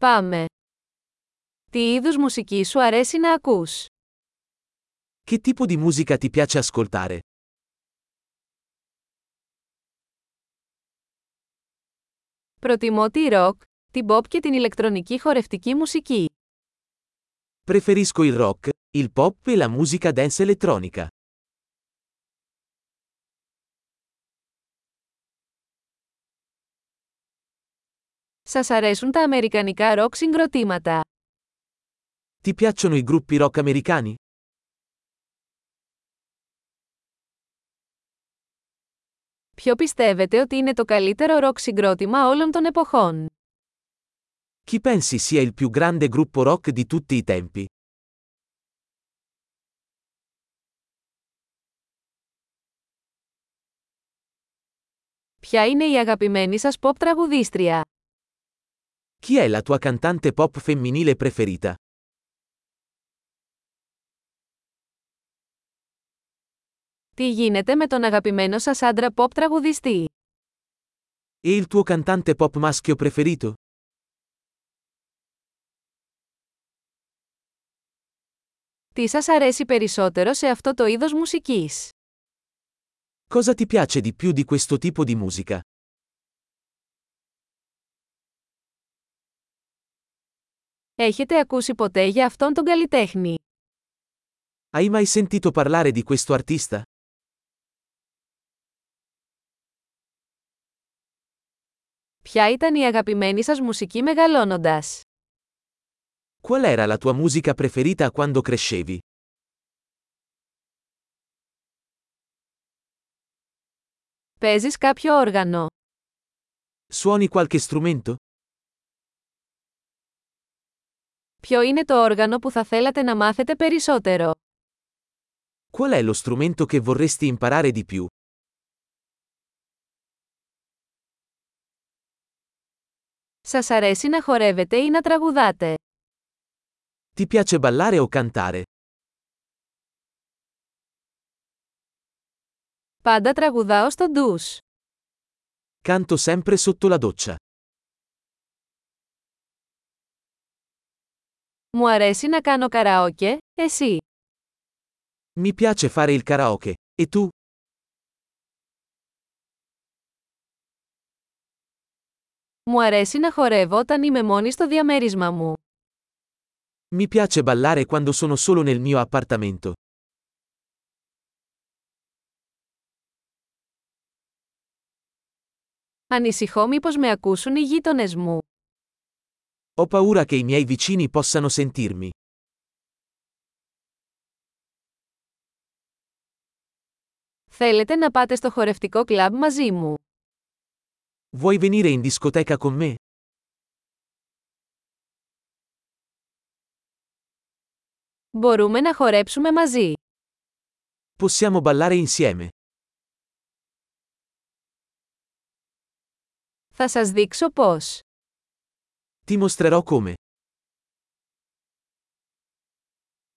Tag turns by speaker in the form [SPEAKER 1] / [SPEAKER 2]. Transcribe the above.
[SPEAKER 1] Πάμε. Τι είδους μουσική σου αρέσει να ακούς?
[SPEAKER 2] Che tipo di musica ti piace ascoltare?
[SPEAKER 1] Προτιμώ τη ροκ, την pop και την ηλεκτρονική χορευτική μουσική.
[SPEAKER 2] Preferisco il rock, il pop e la musica dance elettronica.
[SPEAKER 1] Σας αρέσουν τα αμερικανικά ροκ συγκροτήματα.
[SPEAKER 2] Ti piacciono i gruppi rock americani?
[SPEAKER 1] Ποιο πιστεύετε ότι είναι το καλύτερο ροκ συγκρότημα όλων των εποχών?
[SPEAKER 2] Chi pensi sia il più grande gruppo rock di tutti i tempi?
[SPEAKER 1] Ποια είναι η αγαπημένη σας pop τραγουδίστρια?
[SPEAKER 2] Chi è la tua cantante pop femminile preferita?
[SPEAKER 1] Τι γίνεται με τον αγαπημένο σας άντρα pop τραγουδιστή?
[SPEAKER 2] E il tuo cantante pop maschio preferito?
[SPEAKER 1] Τι σας αρέσει περισσότερο σε αυτό το είδος μουσικής?
[SPEAKER 2] Cosa ti piace di più di questo tipo di musica?
[SPEAKER 1] Έχετε ακούσει ποτέ για αυτόν τον καλλιτέχνη.
[SPEAKER 2] Hai mai sentito parlare di questo artista?
[SPEAKER 1] Ποια ήταν η αγαπημένη σας μουσική μεγαλώνοντας?
[SPEAKER 2] Qual era la tua musica preferita quando crescevi?
[SPEAKER 1] Παίζεις κάποιο όργανο.
[SPEAKER 2] Suoni qualche strumento?
[SPEAKER 1] Ποιο είναι το όργανο που θα θέλατε να μάθετε περισσότερο?
[SPEAKER 2] Qual è lo strumento che vorresti imparare di più?
[SPEAKER 1] Σας αρέσει να χορεύετε ή να τραγουδάτε.
[SPEAKER 2] Ti piace ballare o cantare?
[SPEAKER 1] Πάντα τραγουδάω στο ντους.
[SPEAKER 2] Canto sempre sotto la doccia.
[SPEAKER 1] Μου αρέσει να κάνω καραόκε, εσύ.
[SPEAKER 2] Mi piace fare il karaoke. E tu?
[SPEAKER 1] Μου αρέσει να χορεύω όταν είμαι μόνη στο διαμέρισμά μου.
[SPEAKER 2] Mi piace ballare quando sono solo nel mio appartamento.
[SPEAKER 1] Ανησυχώ μήπως με ακούσουν οι γείτονες μου.
[SPEAKER 2] Ho paura che i miei vicini possano sentirmi.
[SPEAKER 1] Θέλετε να πάτε στο χορευτικό κλαμπ μαζί μου.
[SPEAKER 2] Vuoi venire in discoteca con me?
[SPEAKER 1] Μπορούμε να χορέψουμε μαζί.
[SPEAKER 2] Possiamo ballare insieme.
[SPEAKER 1] Θα σας δείξω πώς.
[SPEAKER 2] Ti mostrerò come.